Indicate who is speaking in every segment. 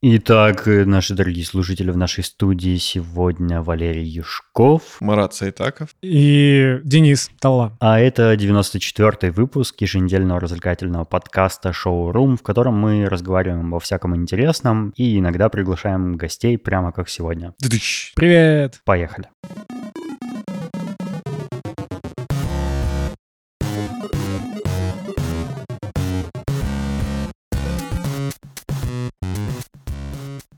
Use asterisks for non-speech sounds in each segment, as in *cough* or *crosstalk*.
Speaker 1: Итак, э, наши дорогие слушатели, в нашей студии сегодня Валерий Юшков.
Speaker 2: Марат Сайтаков.
Speaker 3: И Денис Талла.
Speaker 1: А это 94-й выпуск еженедельного развлекательного подкаста «Шоу-рум», в котором мы разговариваем во всяком интересном и иногда приглашаем гостей, прямо как сегодня.
Speaker 2: Дыдыщ.
Speaker 3: Привет!
Speaker 1: Поехали.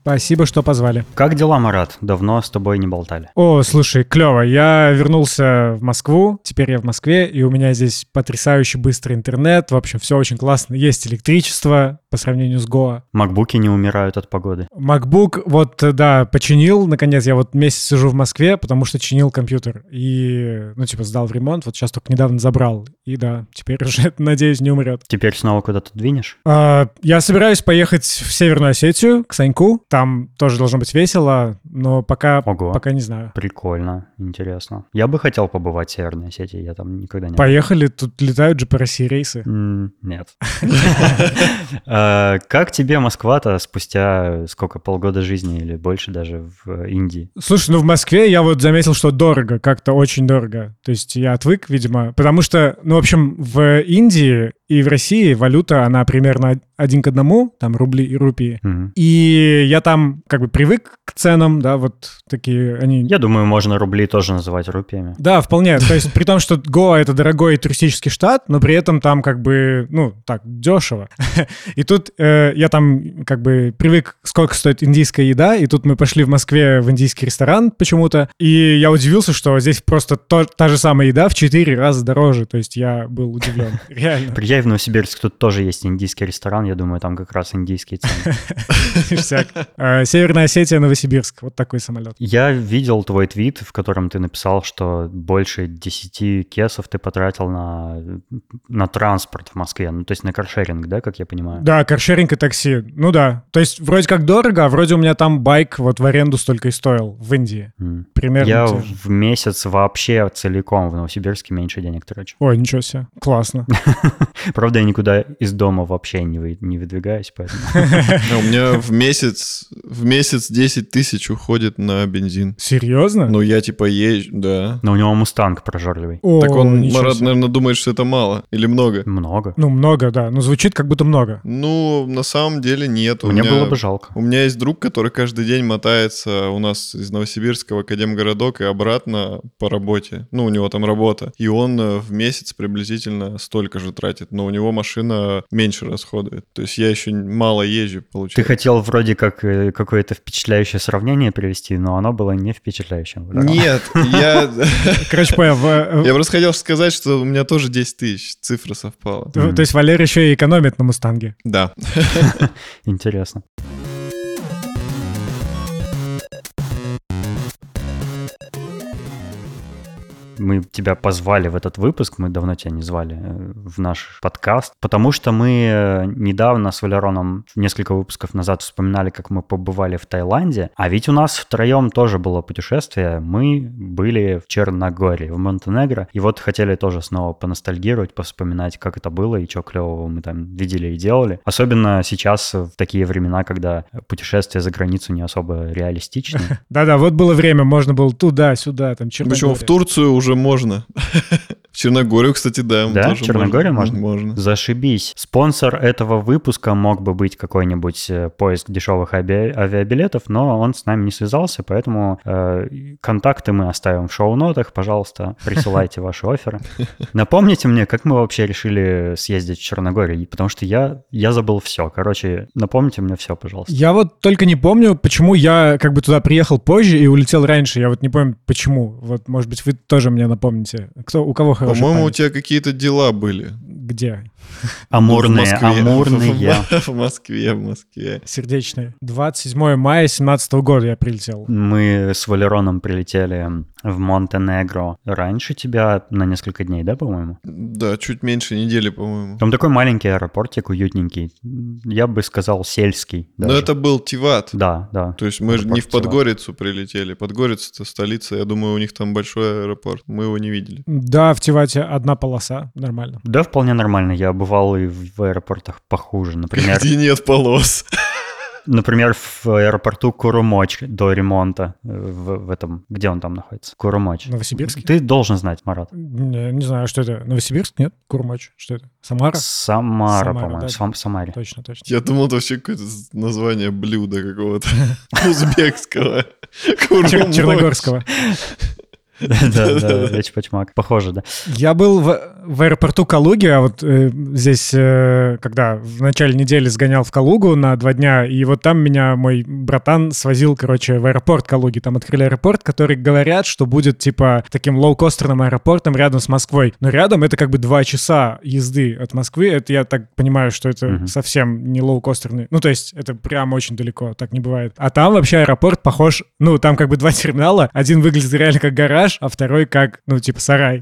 Speaker 3: Спасибо, что позвали.
Speaker 1: Как дела, Марат? Давно с тобой не болтали.
Speaker 3: О, слушай, клево. Я вернулся в Москву, теперь я в Москве, и у меня здесь потрясающе быстрый интернет. В общем, все очень классно. Есть электричество по сравнению с Гоа.
Speaker 1: Макбуки не умирают от погоды.
Speaker 3: MacBook, вот, э, да, починил. Наконец, я вот месяц сижу в Москве, потому что чинил компьютер. И, ну, типа, сдал в ремонт. Вот сейчас только недавно забрал. И да, теперь уже, *laughs* надеюсь, не умрет.
Speaker 1: Теперь снова куда-то двинешь?
Speaker 3: А, я собираюсь поехать в Северную Осетию, к Саньку. Там тоже должно быть весело, но пока,
Speaker 1: Ого.
Speaker 3: пока не знаю.
Speaker 1: Прикольно, интересно. Я бы хотел побывать в Северной Осетии, я там никогда не... был.
Speaker 3: Поехали, тут летают же по России рейсы.
Speaker 1: М,
Speaker 3: *laughs*
Speaker 1: Нет. Э, Как тебе Москва-то спустя сколько, полгода жизни или больше даже в Индии?
Speaker 3: Слушай, ну в Москве я вот заметил, что дорого, как-то очень дорого. То есть я отвык, видимо, потому что, ну, в общем, в Индии и в России валюта, она примерно од- один к одному, там рубли и рупии.
Speaker 1: Мгм.
Speaker 3: И я там как бы привык к ценам, да, вот такие они...
Speaker 1: Я думаю, можно рубли тоже называть рупиями.
Speaker 3: Да, вполне. То есть при том, что Гоа — это дорогой туристический штат, но при этом там как бы, ну, так, дешево. И тут э, я там как бы привык, сколько стоит индийская еда, и тут мы пошли в Москве в индийский ресторан почему-то, и я удивился, что здесь просто то- та же самая еда в четыре раза дороже. То есть я был удивлен. Реально.
Speaker 1: Приезжай в Новосибирск, тут тоже есть индийский ресторан, я думаю, там как раз индийские
Speaker 3: *laughs*
Speaker 1: цены.
Speaker 3: Ништяк. Э, Северная Осетия, Новосибирск. Вот такой самолет.
Speaker 1: Я видел твой твит, в котором ты написал, что больше 10 кесов ты потратил на, на транспорт в Москве, ну то есть на каршеринг, да, как я понимаю?
Speaker 3: Да, каршеринг и такси. Ну да. То есть вроде как дорого, а вроде у меня там байк вот в аренду столько и стоил в Индии.
Speaker 1: М.
Speaker 3: Примерно.
Speaker 1: Я
Speaker 3: те же.
Speaker 1: в месяц вообще целиком в Новосибирске меньше денег трачу.
Speaker 3: Ой, ничего себе.
Speaker 2: *laughs*
Speaker 3: Классно.
Speaker 1: Правда, я никуда из дома вообще не, вы- не выдвигаюсь, поэтому...
Speaker 2: Не, А У меня в месяц, в месяц 10 тысяч уходит на бензин.
Speaker 3: Серьезно?
Speaker 2: Ну, я типа езжу, да.
Speaker 1: Но у него мустанг прожорливый.
Speaker 3: О,
Speaker 2: Так он,
Speaker 3: ничего
Speaker 2: Марат,
Speaker 3: себе.
Speaker 2: наверное, думает, что это мало или много.
Speaker 1: Много.
Speaker 3: Ну, много, да. Ну, звучит как будто много.
Speaker 2: Ну, на самом деле нет. У
Speaker 1: Мне
Speaker 2: меня-
Speaker 1: было бы жалко.
Speaker 2: У меня есть друг, который каждый день мотается у нас из Новосибирска в Академгородок и обратно по работе. Ну, у него там работа. И он э, в месяц приблизительно столько же тратит, но у него машина меньше расходует. То есть я еще мало езжу,
Speaker 1: Ты
Speaker 2: получается.
Speaker 1: хотел вроде как э, какое-то впечатляющее сравнение привести, но оно было не впечатляющим.
Speaker 2: Нет, я...
Speaker 3: Короче, понял. в- э,
Speaker 2: Я просто хотел сказать, что у меня тоже 10 тысяч, цифра совпала.
Speaker 3: в- э, То есть Валер еще и экономит на Мустанге.
Speaker 2: Да.
Speaker 1: Интересно. Мы тебя позвали в этот выпуск, мы давно тебя не звали э, в наш подкаст, потому что мы э, недавно с Валероном несколько выпусков назад вспоминали, как мы побывали в Таиланде, а ведь у нас втроем тоже было путешествие, мы были в Черногории, в Монтенегро, и вот хотели тоже снова поностальгировать, повспоминать, как это было и что клевого мы там видели и делали. Особенно сейчас э, в такие времена, когда путешествия за границу не особо реалистичны.
Speaker 3: Да-да, вот было время, можно было туда-сюда, там,
Speaker 2: Причем Ну, в
Speaker 3: Черногория.
Speaker 2: Турцию уже можно. В Черногорию, кстати, да.
Speaker 1: Да?
Speaker 2: тоже
Speaker 1: В Черногорию
Speaker 2: Можно.
Speaker 1: Зашибись. Спонсор этого выпуска мог бы быть какой-нибудь э, поиск дешевых аби- авиабилетов, но он с нами не связался, поэтому э, контакты мы оставим в шоу-нотах. Пожалуйста,
Speaker 2: *laughs*
Speaker 1: присылайте ваши оферы. Напомните мне, как мы вообще решили съездить в Черногорию, потому что я, я забыл все. Короче, напомните мне все, пожалуйста.
Speaker 3: Я вот только не помню, почему я как бы туда приехал позже и улетел раньше. Я вот не помню, почему. Вот, может быть, вы тоже мне напомните. Кто, у кого хорошая
Speaker 2: По-моему, у
Speaker 3: память?
Speaker 2: тебя какие-то дела были.
Speaker 3: Где?
Speaker 1: Амурные,
Speaker 2: В Москве. *laughs*
Speaker 1: амурные.
Speaker 2: В Москве, в Москве.
Speaker 3: Сердечные. 27 мая 17 года я прилетел.
Speaker 1: Мы с Валероном прилетели в Монтенегро раньше тебя на несколько дней, да, по-моему?
Speaker 2: Да, чуть меньше недели, по-моему.
Speaker 1: Там такой маленький аэропортик, уютненький. Я бы сказал, сельский.
Speaker 2: Но
Speaker 3: Ну,
Speaker 1: даже.
Speaker 2: это был Тиват.
Speaker 1: Да, да.
Speaker 2: То есть мы же не в
Speaker 1: Аэропорт Тиват.
Speaker 2: Подгорицу прилетели. Подгорица это столица, я думаю, у них там большой аэропорт. Мы его не видели.
Speaker 3: Да, в Тивате одна полоса. Нормально.
Speaker 1: Да,
Speaker 2: *laughs*
Speaker 1: вполне нормально. Я бывал и в в аэропортах похуже. Например,
Speaker 2: Где нет полос.
Speaker 1: Например, в аэропорту Курумоч до ремонта э, в, в этом... Где он там находится? Курумоч.
Speaker 3: Ну, Новосибирске?
Speaker 1: Ты должен знать, Марат.
Speaker 3: Не, не знаю, что это. Новосибирск? Нет? Курмач? Что это? Самара?
Speaker 1: Самара,
Speaker 3: Самара,
Speaker 1: по-моему.
Speaker 3: да.
Speaker 1: Сам, Самаре.
Speaker 3: Точно, точно.
Speaker 2: Я думал, это вообще какое-то название блюда какого-то *laughs* узбекского.
Speaker 3: Чер-
Speaker 2: Курумоч. *laughs*
Speaker 3: Черногорского.
Speaker 1: *laughs* Да, да,
Speaker 3: *laughs*
Speaker 2: Да-да-да.
Speaker 1: Вечпочмак. Похоже, да.
Speaker 3: Я был в, в аэропорту Калуги, а вот э, здесь, э, когда в начале недели сгонял в Калугу на два дня, и вот там меня мой братан свозил, короче, в аэропорт Калуги. Там открыли аэропорт, который говорят, что будет, типа, таким лоукостерным аэропортом рядом с Москвой. Но рядом это как бы два часа езды от Москвы. Это я так понимаю, что это
Speaker 1: Мгм.
Speaker 3: совсем не лоукостерный. Ну, то есть это прям очень далеко, так не бывает. А там вообще аэропорт похож... Ну, там как бы два терминала. Один выглядит реально как гараж, а второй как, ну, типа, сарай.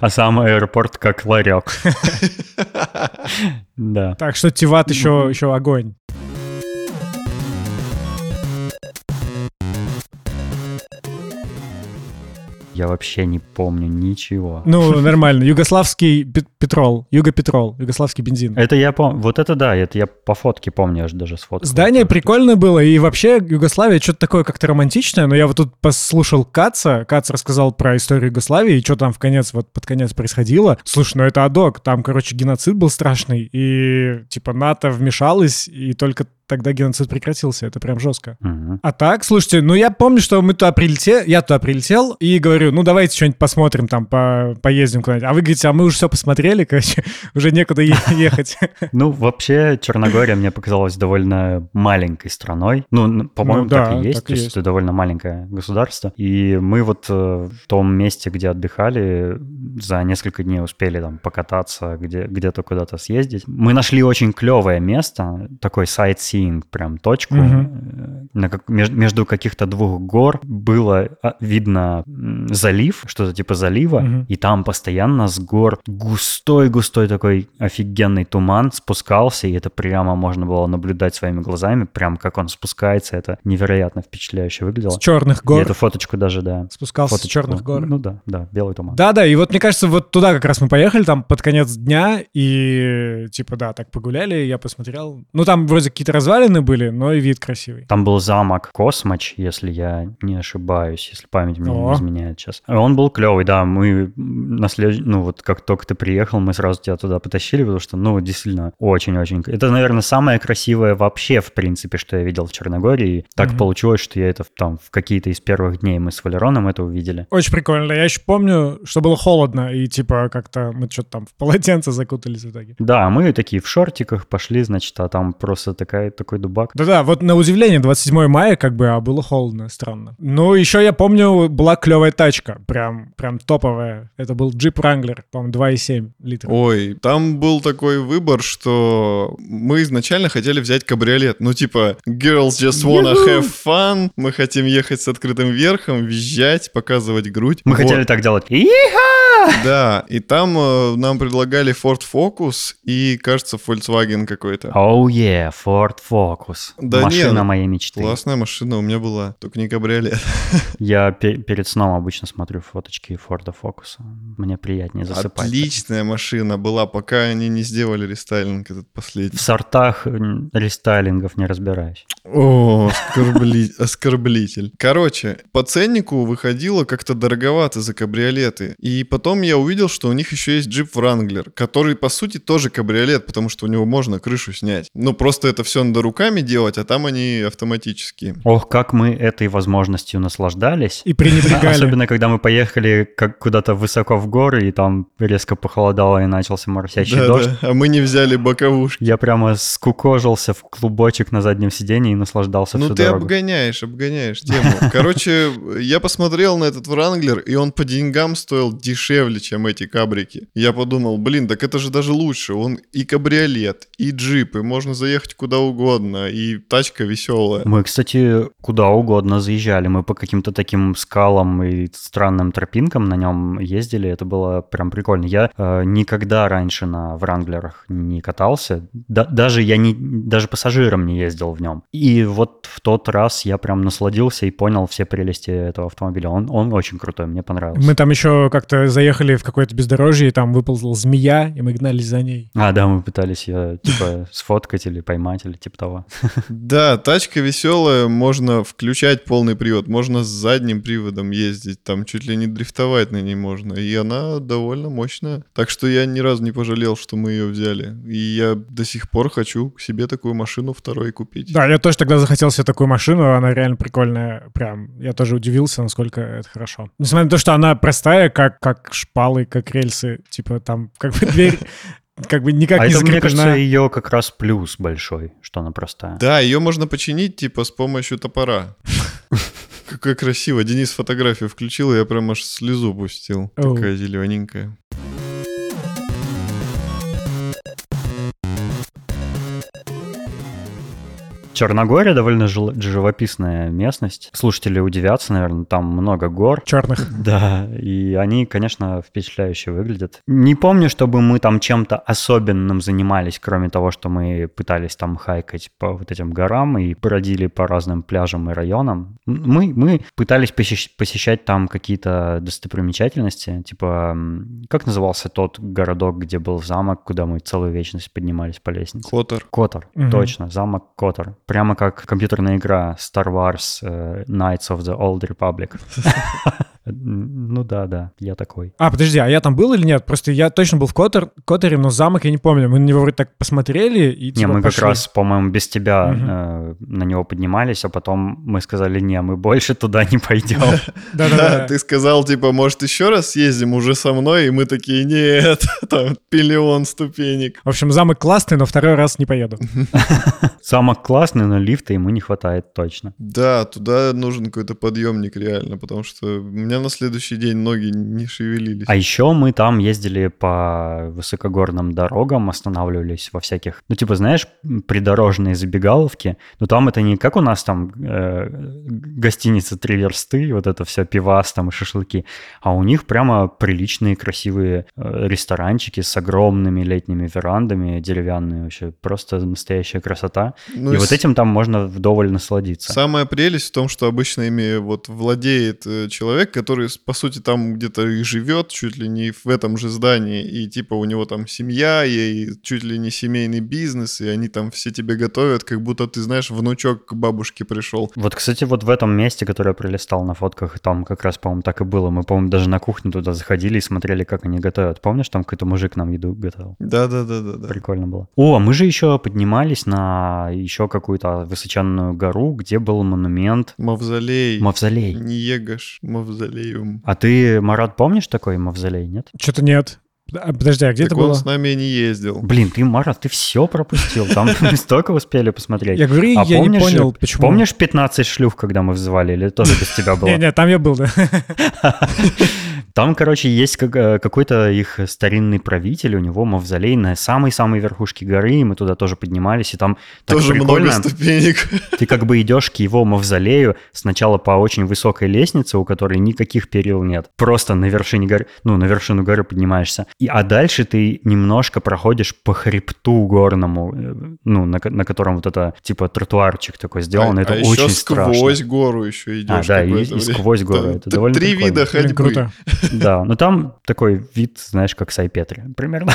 Speaker 1: А сам аэропорт как
Speaker 3: *laughs*
Speaker 1: ларек. Да.
Speaker 3: Так что Тиват еще, еще огонь.
Speaker 1: Я вообще не помню ничего.
Speaker 3: Ну, нормально. Югославский пе- петрол. Юго-петрол. Югославский бензин.
Speaker 1: Это я помню. Вот это да, это я по фотке помню, аж даже с фотки.
Speaker 3: Здание прикольное было, и вообще Югославия что-то такое как-то романтичное, но я вот тут послушал Каца, Кац рассказал про историю Югославии, и что там в конец, вот под конец происходило. Слушай, ну это адок, там, короче, геноцид был страшный, и типа НАТО вмешалась, и только тогда геноцид прекратился, это прям жестко.
Speaker 1: Мгм.
Speaker 3: А так, слушайте, ну я помню, что мы туда прилетели, я туда прилетел и говорю, ну давайте что-нибудь посмотрим там, по- поездим куда-нибудь. А вы говорите, а мы уже все посмотрели, короче, *laughs* уже
Speaker 1: *laughs*
Speaker 3: некуда е- ехать.
Speaker 1: Ну, вообще, Черногория мне показалась довольно маленькой страной. Ну, н- по-моему,
Speaker 3: Ну да,
Speaker 1: так и есть.
Speaker 3: так
Speaker 1: то
Speaker 3: и
Speaker 1: есть
Speaker 3: есть.
Speaker 1: это довольно маленькое государство. И мы вот э, в том месте, где отдыхали, за несколько дней успели там покататься, где, где-то куда-то съездить. Мы нашли очень клевое место, такой sightseeing, прям точку,
Speaker 3: Мгм.
Speaker 1: э, на как- меж- между каких-то двух гор было а, видно м, залив, что-то типа залива,
Speaker 3: Мгм.
Speaker 1: и там постоянно с гор густой-густой такой офигенный туман спускался, и это прямо можно было наблюдать своими глазами, прям как он спускается, это невероятно впечатляюще выглядело.
Speaker 3: С черных
Speaker 1: Я эту
Speaker 3: гор.
Speaker 1: фоточку даже, да.
Speaker 3: Спускался с
Speaker 1: фоточку-
Speaker 3: черных гор.
Speaker 1: Ну да, да, белый туман.
Speaker 3: Да-да, и вот мне кажется, вот туда как раз мы поехали, там под конец дня, и типа да, так погуляли, я посмотрел. Ну там вроде какие-то развалины были, но и вид красивый.
Speaker 1: Там был замок Космоч, если я не ошибаюсь, если память мне не
Speaker 3: О.
Speaker 1: изменяет сейчас. Он был клевый, да. Мы на след- ну вот как только ты приехал, мы сразу тебя туда потащили, потому что, ну, действительно, очень-очень. Это, наверное, самое красивое вообще, в принципе, что я видел в Черногории. Так
Speaker 3: Мгм.
Speaker 1: получилось, что я это в- там в какие-то из первых дней мы с Валероном это увидели.
Speaker 3: Очень прикольно. Я еще помню, что было холодно, и типа как-то мы что-то там в полотенце закутались в итоге.
Speaker 1: Да, мы такие в шортиках пошли, значит, а там просто такая, такой дубак.
Speaker 3: Да-да, вот на удивление, 27 мая как бы, а было холодно, странно. Ну, еще я помню, была клевая тачка, прям, прям топовая. Это был джип Wrangler, по-моему, 2,7 литра.
Speaker 2: Ой, там был такой выбор, что мы изначально хотели взять кабриолет. Ну, типа, girls just wanna have fun. Мы хотим ехать с открытым верхом, визжать, показывать грудь.
Speaker 1: Мы
Speaker 2: Вот.
Speaker 1: хотели так делать. И
Speaker 2: Да, и там э, нам предлагали Ford Focus и, кажется, Volkswagen какой-то.
Speaker 1: Оу, е, Ford Focus.
Speaker 2: Да
Speaker 1: Машина
Speaker 2: не, ну,
Speaker 1: моей мечты.
Speaker 2: Классная машина у меня была, только не кабриолет.
Speaker 1: Я пе- перед сном обычно смотрю фоточки Форда Фокуса. Мне приятнее засыпать.
Speaker 2: Отличная машина была, пока они не сделали рестайлинг этот последний.
Speaker 1: В сортах м, рестайлингов не разбираюсь.
Speaker 2: О, *laughs* оскорбли- оскорблитель. Короче, по ценнику выходило как-то дороговато за кабриолеты. И потом я увидел, что у них еще есть джип Wrangler, который, по сути, тоже кабриолет, потому что у него можно крышу снять. Ну, просто это все надо руками делать, а там они автоматические.
Speaker 1: Ох, как мы этой возможностью наслаждались.
Speaker 3: И пренебрегали.
Speaker 1: Особенно, когда мы поехали как куда-то высоко в горы, и там резко похолодало, и начался моросящий дождь.
Speaker 2: Да-да, а мы не взяли боковушки.
Speaker 1: Я прямо скукожился в клубочек на заднем сидении и наслаждался
Speaker 2: Ну
Speaker 1: всю
Speaker 2: ты
Speaker 1: дорогу.
Speaker 2: обгоняешь, обгоняешь тему. *laughs* Короче, я посмотрел на этот Wrangler, и он по деньгам стоил дешевле, чем эти кабрики. Я подумал, блин, так это же даже лучше. Он и кабриолет, и джип, и можно заехать куда угодно, и тачка веселая.
Speaker 1: Мы, кстати, куда угодно заезжали. Мы по каким-то таким скалам и странным тропинкам на нем ездили. Это было прям прикольно. Я э, никогда раньше на вранглерах не катался. Да- даже я не, даже пассажиром не ездил в нем. И вот в тот раз я прям насладился и понял все прелести этого автомобиля. Он, он очень крутой, мне понравился.
Speaker 3: Мы там еще как-то заехали в какое-то бездорожье, и там выползла змея, и мы гнались за ней.
Speaker 1: А, да, мы пытались ее, типа, сфоткать или поймать, или типа того.
Speaker 2: Да, тачка веселая, можно включать полный привод, можно с задним приводом ездить, там чуть ли не дрифтовать на ней можно, и она довольно мощная. Так что я ни разу не пожалел, что мы ее взяли, и я до сих пор хочу к себе такую машину второй купить.
Speaker 3: Да, я тоже тогда захотел себе такую машину, она реально прикольная, прям. Я тоже удивился, насколько это хорошо. Несмотря на то, что она простая, как, как шпалы, как рельсы, типа там как
Speaker 1: *laughs*
Speaker 3: бы дверь как бы никак
Speaker 1: а
Speaker 3: не
Speaker 1: это, мне кажется,
Speaker 3: закреплена.
Speaker 1: ее как раз плюс большой, что она простая.
Speaker 2: Да, ее можно починить типа с помощью
Speaker 3: *laughs*
Speaker 2: топора. Какая красиво. Денис фотографию включил, и я прям аж слезу пустил.
Speaker 3: Оу.
Speaker 2: Такая зелененькая.
Speaker 1: Черногория довольно жил- живописная местность. Слушатели удивятся, наверное, там много гор.
Speaker 3: Черных.
Speaker 1: Да, и они, конечно, впечатляюще выглядят. Не помню, чтобы мы там чем-то особенным занимались, кроме того, что мы пытались там хайкать по вот этим горам и бродили по разным пляжам и районам. М- Мы, мы пытались посещ- посещать там какие-то достопримечательности, типа, м, как назывался тот городок, где был замок, куда мы целую вечность поднимались по лестнице?
Speaker 2: Котор.
Speaker 1: Котор,
Speaker 3: Мгм.
Speaker 1: точно, замок Котор. Прямо как компьютерная игра Star Wars э, Knights of the Old Republic. *laughs* Н- Ну да, да, я такой.
Speaker 3: А, подожди, а я там был или нет? Просто я точно был в Котор, Которе, но замок я не помню. Мы на него вроде так посмотрели и
Speaker 1: Не,
Speaker 3: типа,
Speaker 1: мы как
Speaker 3: пошли.
Speaker 1: раз, по-моему, без тебя
Speaker 3: Мгм.
Speaker 1: э, на него поднимались, а потом мы сказали, не, мы больше туда не пойдем.
Speaker 3: *laughs*
Speaker 2: *laughs* Да,
Speaker 3: Да-да-да.
Speaker 2: ты сказал, типа, может, еще раз съездим уже со мной, и мы такие, нет, *laughs* там пиллион ступенек.
Speaker 3: В общем, замок классный, но второй раз не поеду.
Speaker 1: Замок классный, но лифта ему не хватает точно.
Speaker 2: Да, туда нужен какой-то подъемник реально, потому что у меня на следующий день ноги не шевелились.
Speaker 1: А еще мы там ездили по высокогорным дорогам, останавливались во всяких, ну типа, знаешь, придорожные забегаловки, но там это не как у нас там э, гостиница «Три версты», вот это все пивас там и шашлыки, а у них прямо приличные красивые э, ресторанчики с огромными летними верандами, деревянные вообще, просто настоящая красота.
Speaker 2: Ну
Speaker 1: и
Speaker 2: и
Speaker 1: вот
Speaker 2: с-
Speaker 1: этим там можно вдоволь насладиться.
Speaker 2: Самая прелесть в том, что обычно ими вот владеет э, человек, который, с- по сути, там где-то и живет, чуть ли не в этом же здании, и типа у него там семья, и и чуть ли не семейный бизнес, и они там все тебе готовят, как будто ты, знаешь, внучок к бабушке пришел.
Speaker 1: Вот, кстати, вот в этом месте, которое я пролистал на фотках, там как раз, по-моему, так и было. Мы, по-моему, даже на кухню туда заходили и смотрели, как они готовят. Помнишь, там какой-то мужик нам еду готовил?
Speaker 2: Да-да-да-да-да.
Speaker 1: Прикольно было. О, а мы же еще поднимались на еще какую-то высоченную гору, где был монумент
Speaker 2: Мавзолей.
Speaker 1: Мавзолей.
Speaker 2: Не Егаш, мавзолеум.
Speaker 1: А ты, Марат, помнишь такой Мавзолей, нет?
Speaker 3: Что-то нет. А, Подожди, а где
Speaker 2: так
Speaker 3: это
Speaker 2: он
Speaker 3: было?
Speaker 2: с нами и не ездил.
Speaker 1: Блин, ты, Марат, ты все пропустил. Там *laughs* мы столько успели посмотреть.
Speaker 3: Я говорю,
Speaker 1: А
Speaker 3: я не
Speaker 1: помнишь же-
Speaker 3: понял, почему.
Speaker 1: Помнишь 15 шлюх, когда мы вызывали, или тоже без
Speaker 3: *laughs*
Speaker 1: тебя было?
Speaker 3: Не-не, там я
Speaker 2: *laughs*
Speaker 3: был, да.
Speaker 1: *laughs* Там, короче, есть как- э, какой-то их старинный правитель, у него мавзолей на самой-самой верхушке горы, и мы туда тоже поднимались, и там так
Speaker 2: Тоже много
Speaker 1: прикольно.
Speaker 2: ступенек.
Speaker 1: Ты как бы идешь к его мавзолею сначала по очень высокой лестнице, у которой никаких перил нет. Просто на вершине горы, ну, на вершину горы поднимаешься. И, а дальше ты немножко проходишь по хребту горному, э, ну, на, ко- на котором вот это, типа, тротуарчик такой сделан,
Speaker 2: а
Speaker 1: это
Speaker 2: еще
Speaker 1: очень
Speaker 2: сквозь
Speaker 1: страшно.
Speaker 2: гору еще
Speaker 1: А,
Speaker 2: идешь.
Speaker 1: да, и,
Speaker 2: какое-то
Speaker 1: и
Speaker 2: время.
Speaker 1: сквозь горы.
Speaker 2: Да,
Speaker 1: Это
Speaker 2: т-
Speaker 1: довольно
Speaker 2: Три
Speaker 1: прикольно.
Speaker 2: вида
Speaker 3: Блин,
Speaker 2: ходьбы.
Speaker 3: круто.
Speaker 1: Да, но там такой вид, знаешь, как Сайпетри примерно.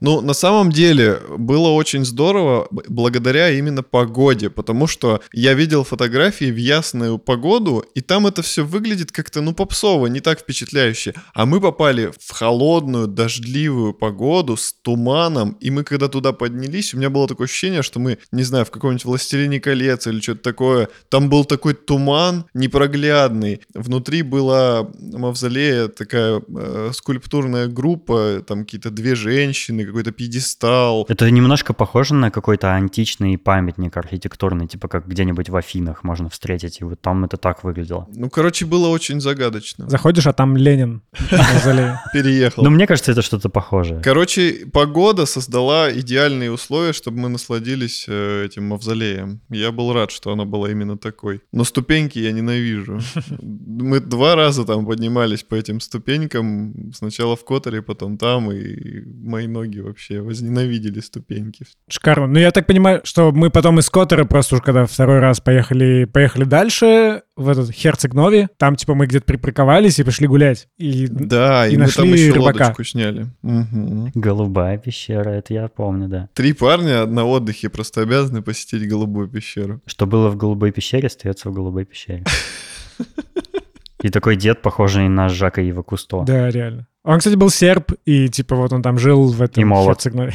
Speaker 2: Ну, на самом деле, было очень здорово б- благодаря именно погоде, потому что я видел фотографии в ясную погоду, и там это все выглядит как-то, ну, попсово, не так впечатляюще. А мы попали в холодную, дождливую погоду с туманом, и мы когда туда поднялись, у меня было такое ощущение, что мы, не знаю, в каком-нибудь «Властелине колец» или что-то такое, там был такой туман непроглядный. Внутри была мавзолея такая э, скульптурная группа, там какие-то две женщины, какой-то пьедестал.
Speaker 1: Это немножко похоже на какой-то античный памятник архитектурный, типа как где-нибудь в Афинах можно встретить, и вот там это так выглядело.
Speaker 2: Ну, короче, было очень загадочно.
Speaker 3: *laughs* Заходишь, а там Ленин. Мавзолей.
Speaker 2: Переехал.
Speaker 1: Но мне кажется, это что-то похожее.
Speaker 2: Короче, погода создала идеальные условия, чтобы мы насладились э, этим мавзолеем. Я был рад, что она была именно такой. Но ступеньки я ненавижу. Мы два раза там поднимались по этим ступенькам, сначала в Которе, потом там, и мои ноги вообще возненавидели ступеньки.
Speaker 3: Шикарно. Ну, я так понимаю, что мы потом из Коттера просто уж когда второй раз поехали, поехали дальше, в этот Херцег Нови, там, типа, мы где-то припарковались и пошли гулять. И...
Speaker 2: Да, и,
Speaker 3: и
Speaker 2: мы
Speaker 3: нашли
Speaker 2: там еще
Speaker 3: рыбака.
Speaker 2: лодочку сняли. Мгм.
Speaker 1: Голубая пещера, это я помню, да.
Speaker 2: Три парня на отдыхе просто обязаны посетить голубую пещеру.
Speaker 1: Что было в голубой пещере, остается в голубой пещере. И такой дед, похожий на Жака Ива Кусто.
Speaker 3: Да, реально. А Он, кстати, был серб, и, типа, вот он там жил в этом
Speaker 1: И молод. *laughs*
Speaker 3: Херцег Нови.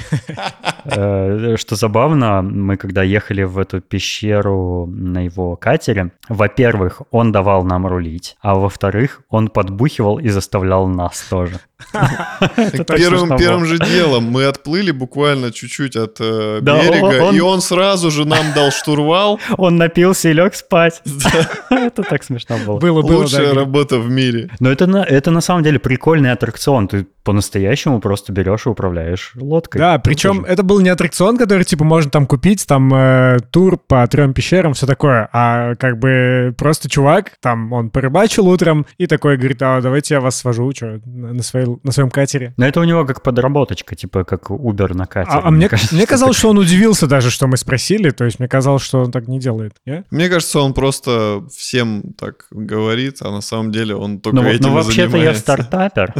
Speaker 1: Э, Что забавно, мы когда ехали в эту пещеру на его катере, во-первых, он давал нам рулить, а во-вторых, он подбухивал и заставлял нас тоже. Это точно
Speaker 2: Первым,
Speaker 1: что
Speaker 2: первым
Speaker 1: было.
Speaker 2: же делом мы отплыли буквально чуть-чуть от э,
Speaker 1: Да, он-
Speaker 2: берега,
Speaker 1: он-
Speaker 2: и он сразу же нам дал штурвал.
Speaker 1: *laughs* Он напился и лег
Speaker 3: *laughs*
Speaker 1: спать. Это так смешно было.
Speaker 3: Было, было,
Speaker 2: Лучшая
Speaker 3: да.
Speaker 2: работа в мире.
Speaker 1: Но это на, это на самом деле прикольный аттракцион. Ты по-настоящему просто берешь и управляешь лодкой. Ну,
Speaker 3: Да, причем это был не аттракцион, который, типа, можно там купить, там, э, тур по трем пещерам, все такое, а как бы просто чувак, там, он порыбачил утром и такой говорит, а давайте я вас свожу, что, на, на своей- на своем катере.
Speaker 1: Но это у него как подработочка, типа как Uber на катере.
Speaker 3: А, а мне, мне
Speaker 1: что
Speaker 3: казалось, что он удивился даже, что мы спросили, то есть мне казалось, что он так не делает. не?
Speaker 2: Мне кажется, он просто всем так говорит, а на самом деле он только
Speaker 1: Ну, вот-
Speaker 2: этим
Speaker 1: ну
Speaker 2: и
Speaker 1: вообще-то я
Speaker 2: занимается.
Speaker 3: *laughs*
Speaker 1: стартапер.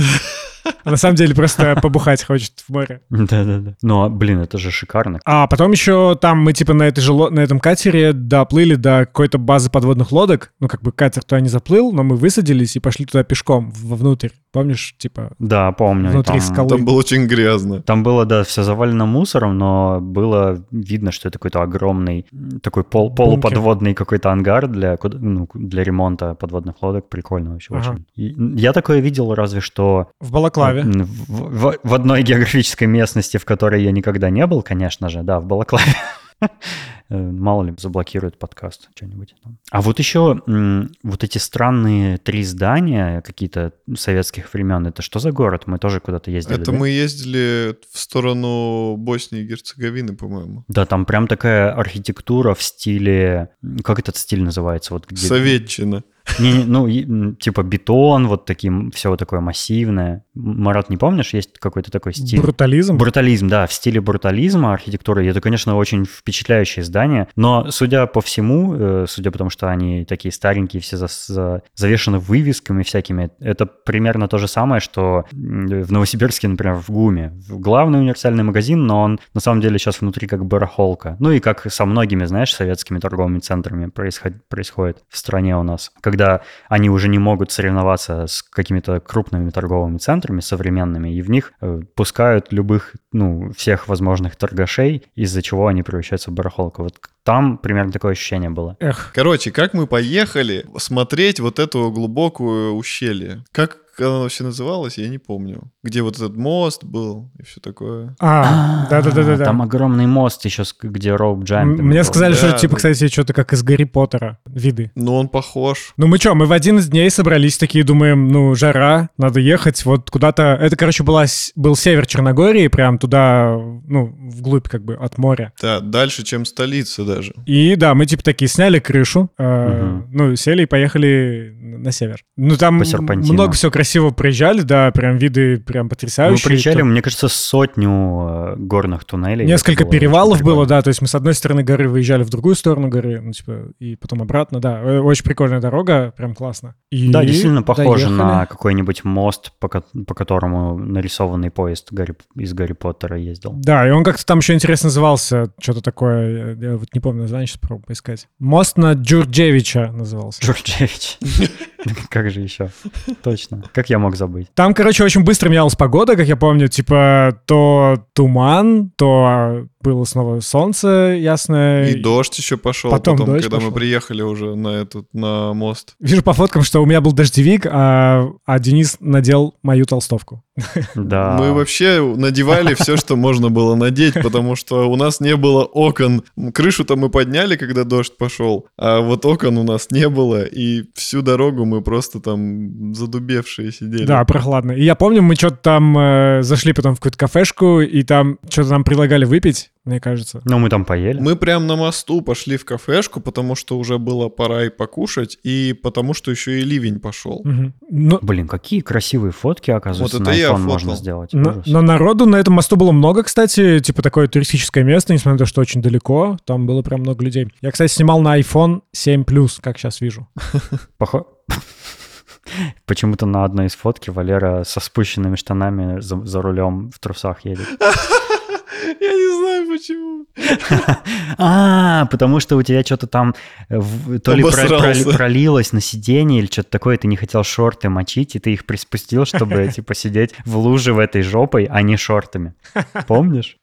Speaker 3: А на самом деле
Speaker 1: *laughs*
Speaker 3: просто побухать хочет в море.
Speaker 1: Да-да-да. Ну, а, блин, это же шикарно.
Speaker 3: А потом еще там мы типа на, этой же ло- на этом катере доплыли до какой-то базы подводных лодок. Ну, как бы катер туда не заплыл, но мы высадились и пошли туда пешком, в- вовнутрь. Помнишь, типа...
Speaker 1: Да, помню. и
Speaker 3: Внутри
Speaker 1: там-
Speaker 3: скалы.
Speaker 2: Там было очень грязно.
Speaker 1: Там было, да, все завалено мусором, но было видно, что это какой-то огромный, м, такой пол, полуподводный какой-то ангар для, куда- ну, для ремонта подводных лодок. Прикольно вообще
Speaker 3: Ага.
Speaker 1: очень. И, м, я такое видел разве что
Speaker 3: В Балаклаве.
Speaker 1: м, В, в- в одной *laughs* географической местности, в которой я никогда не был, конечно же, да, в Балаклаве. *laughs* Э, Мало ли, заблокируют подкаст что-нибудь. там. А вот еще м, вот эти странные три здания какие-то советских времен. Это что за город? Мы тоже куда-то ездили.
Speaker 2: Это
Speaker 1: да?
Speaker 2: мы ездили в сторону Боснии и Герцеговины, по-моему.
Speaker 1: Да, там прям такая архитектура в стиле... Как этот стиль называется? Вот где...
Speaker 2: Советчина.
Speaker 1: Не, не, ну, и, м, типа бетон, вот таким, все такое массивное. М, Марат, не помнишь, есть какой-то такой стиль?
Speaker 3: Брутализм.
Speaker 1: Брутализм, да, в стиле брутализма архитектура. И Это, конечно, очень впечатляющее здание, но, судя по всему, э, судя по тому, что они такие старенькие, все зас- за- завешаны вывесками всякими, это примерно то же самое, что м, в Новосибирске, например, в ГУМе. В- Главный универсальный магазин, но он на самом деле сейчас внутри как барахолка. Ну и как со многими, знаешь, советскими торговыми центрами происход- происходит в стране у нас. Когда они уже не могут соревноваться с какими-то крупными торговыми центрами современными, и в них э, пускают любых, ну, всех возможных торгашей, из-за чего они превращаются в барахолку. Вот к- там примерно такое ощущение было.
Speaker 3: Эх.
Speaker 2: Короче, как мы поехали смотреть вот эту глубокую ущелье. Как она вообще называлась, я не помню. Где вот этот мост был и все такое.
Speaker 3: А, да-да-да-да.
Speaker 1: Там огромный мост еще, с- где роуп джампинг.
Speaker 3: М- Мне
Speaker 1: был.
Speaker 3: сказали,
Speaker 2: Да,
Speaker 3: что, типа,
Speaker 2: да.
Speaker 3: кстати, что-то как из Гарри Поттера виды.
Speaker 2: Но он похож.
Speaker 3: Ну мы что, мы в один из дней собрались такие, думаем, ну жара, надо ехать вот куда-то. Это, короче, была, с- был север Черногории, прям туда, ну, вглубь как бы от моря.
Speaker 2: Да, дальше, чем столица даже.
Speaker 3: И да, мы типа такие сняли крышу, э,
Speaker 1: Мгм.
Speaker 3: ну, сели и поехали на север. Ну, там
Speaker 1: По серпантину.
Speaker 3: много все красиво проезжали, да, прям виды прям
Speaker 1: Мы
Speaker 3: потрясающие.
Speaker 1: приезжали,
Speaker 3: Там
Speaker 1: мне кажется, сотню э, горных туннелей. Это
Speaker 3: Несколько
Speaker 1: было
Speaker 3: перевалов
Speaker 1: очень
Speaker 3: было,
Speaker 1: прикольно.
Speaker 3: да, то есть мы с одной стороны горы выезжали в другую сторону горы, ну, типа, и потом обратно, да. Э, Очень прикольная дорога, прям классно. И
Speaker 1: Да, действительно похоже на
Speaker 3: доехали.
Speaker 1: какой-нибудь мост, по, ко- по которому нарисованный поезд Гарри- из Гарри Поттера ездил.
Speaker 3: Да, и он как-то там еще интересно назывался, что-то такое, я, я вот не помню название, сейчас попробую поискать. «Мост на Джурджевича» назывался.
Speaker 2: *laughs*
Speaker 1: Джурджевич. Как же еще? Точно. Как я мог забыть?
Speaker 3: Там, короче, очень быстро менялась погода, как я помню. Типа, то туман, то было снова солнце ясное.
Speaker 2: И дождь еще пошел.
Speaker 3: Потом
Speaker 2: Потом,
Speaker 3: дождь
Speaker 2: когда
Speaker 3: пошел.
Speaker 2: мы приехали уже на этот на мост.
Speaker 3: Вижу по фоткам, что у меня был дождевик, а, а Денис надел мою толстовку.
Speaker 1: Да.
Speaker 2: Мы вообще надевали *laughs* все, что можно было надеть, потому что у нас не было окон. Крышу-то мы подняли, когда дождь пошел, а вот окон у нас не было, и всю дорогу мы просто там задубевшие сидели.
Speaker 3: Да, прохладно. И я помню, мы что-то там э, зашли потом в какую-то кафешку, и там что-то нам предлагали выпить. мне кажется.
Speaker 1: Ну, мы там поели.
Speaker 2: Мы прям на мосту пошли в кафешку, потому что уже было пора и покушать, и потому что еще и ливень пошел.
Speaker 3: Мгм. Но,
Speaker 1: Блин, какие красивые фотки, оказывается,
Speaker 2: Вот
Speaker 1: на
Speaker 2: это
Speaker 1: iPhone
Speaker 2: я фоткал.
Speaker 1: можно сделать.
Speaker 3: но-
Speaker 1: Ужас.
Speaker 3: но народу на этом мосту было много, кстати, типа такое туристическое место, несмотря на то, что очень далеко, там было прям много людей. Я, кстати, снимал на iPhone 7 Plus, как сейчас вижу.
Speaker 1: Похо- *laughs* Почему-то на одной из фотки Валера со спущенными штанами за, за рулем в трусах едет.
Speaker 2: *laughs* Я не знаю почему.
Speaker 1: А, потому что у тебя что-то там э, в- то ли про- про-
Speaker 2: Обосрался.
Speaker 1: пролилось на сиденье или что-то такое, ты не хотел шорты мочить, и ты их приспустил,
Speaker 2: *laughs*
Speaker 1: чтобы типа сидеть в луже в этой жопой, а не шортами. Помнишь?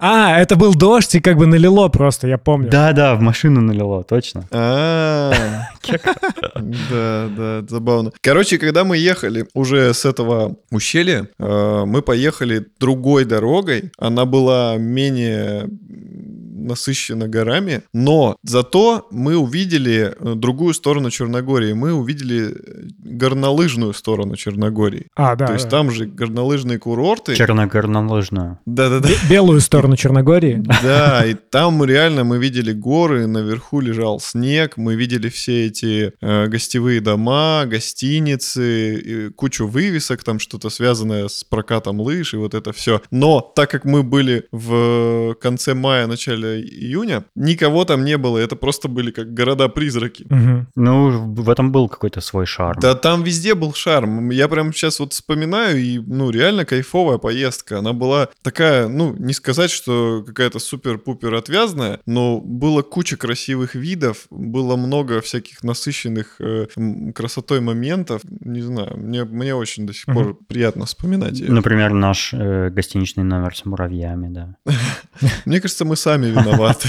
Speaker 3: А, это был дождь, и как бы налило просто, я помню.
Speaker 1: Да-да, в машину налило, точно.
Speaker 3: *laughs*
Speaker 2: А, да, да, забавно. Короче, когда мы ехали уже с этого ущелья, э, мы поехали другой дорогой. Она была менее м, насыщена горами, но зато мы увидели э, другую сторону Черногории. Мы увидели э, горнолыжную сторону Черногории.
Speaker 3: А, да.
Speaker 2: То есть
Speaker 3: да.
Speaker 2: там же горнолыжные курорты.
Speaker 1: Черногорнолыжную.
Speaker 2: Да-да-да.
Speaker 3: Бе- Белую сторону Черногории.
Speaker 2: *laughs* Да, и там реально мы видели горы, наверху лежал снег, мы видели все эти э, гостевые дома, гостиницы, и кучу вывесок, там что-то связанное с прокатом лыж и вот это все. Но так как мы были в конце мая, начале июня, никого там не было, это просто были как города-призраки.
Speaker 3: Мгм.
Speaker 1: Ну, в этом был какой-то свой шарм.
Speaker 2: Да там везде был шарм. Я прям сейчас вот вспоминаю, и, ну, реально кайфовая поездка. Она была такая, ну, не сказать, что какая-то супер-пупер отвязная, но было куча красивых видов, было много всяких насыщенных э, м, красотой моментов. Не знаю, мне, мне очень до сих
Speaker 3: Мгм.
Speaker 2: пор приятно вспоминать её.
Speaker 1: Например, наш э, гостиничный номер с муравьями, да.
Speaker 2: Мне кажется, мы сами
Speaker 1: *laughs*
Speaker 2: виноваты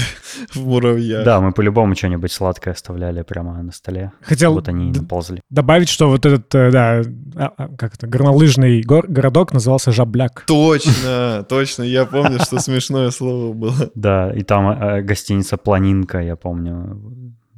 Speaker 2: в муравьях.
Speaker 1: Да, мы по-любому что-нибудь сладкое оставляли прямо на столе.
Speaker 3: Хотел
Speaker 1: Вот они и
Speaker 3: д-
Speaker 1: наползли.
Speaker 3: добавить, что вот этот, э, да, а, а, как это, горнолыжный гор- городок назывался Жабляк.
Speaker 2: Точно, точно. Я помню, что смешное слово было.
Speaker 1: Да, и там э, гостиница «Планинка», я помню,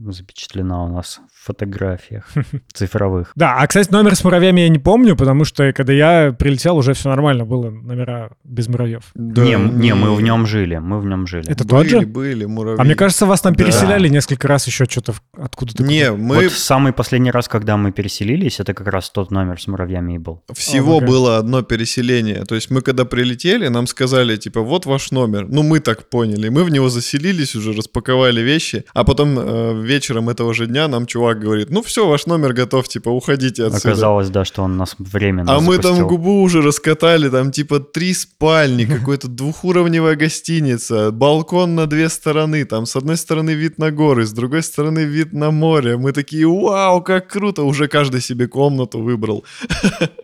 Speaker 1: запечатлена у нас в фотографиях цифровых.
Speaker 3: Да, а, кстати, номер с муравьями я не помню, потому что, когда я прилетел, уже все нормально было, номера без муравьев.
Speaker 2: Да, ну
Speaker 1: Не, м- не, мы в нем жили, мы в нем жили.
Speaker 3: Это тот
Speaker 2: Были,
Speaker 3: же?
Speaker 2: были муравьи.
Speaker 3: А мне кажется, вас там
Speaker 2: Э, Да.
Speaker 3: переселяли несколько раз еще что-то откуда-то.
Speaker 2: Не, мы
Speaker 1: Вот самый последний раз, когда мы переселились, это как раз тот номер с муравьями и был.
Speaker 2: всего
Speaker 3: О, окей.
Speaker 2: было одно переселение. То есть мы когда прилетели, нам сказали, типа, вот ваш номер. Ну, мы так поняли. Мы в него заселились уже, распаковали вещи. А потом э, вечером этого же дня нам чувак говорит, ну все, ваш номер готов, типа, уходите отсюда.
Speaker 1: Оказалось, да, что он нас временно
Speaker 2: А мы там
Speaker 1: запустил.
Speaker 2: губу уже раскатали, там типа три спальни, какой-то двухуровневая гостиница, балкон на две стороны, там с одной стороны вид на горы, с другой стороны вид на море. Мы такие, вау, как круто, уже каждый себе комнату выбрал.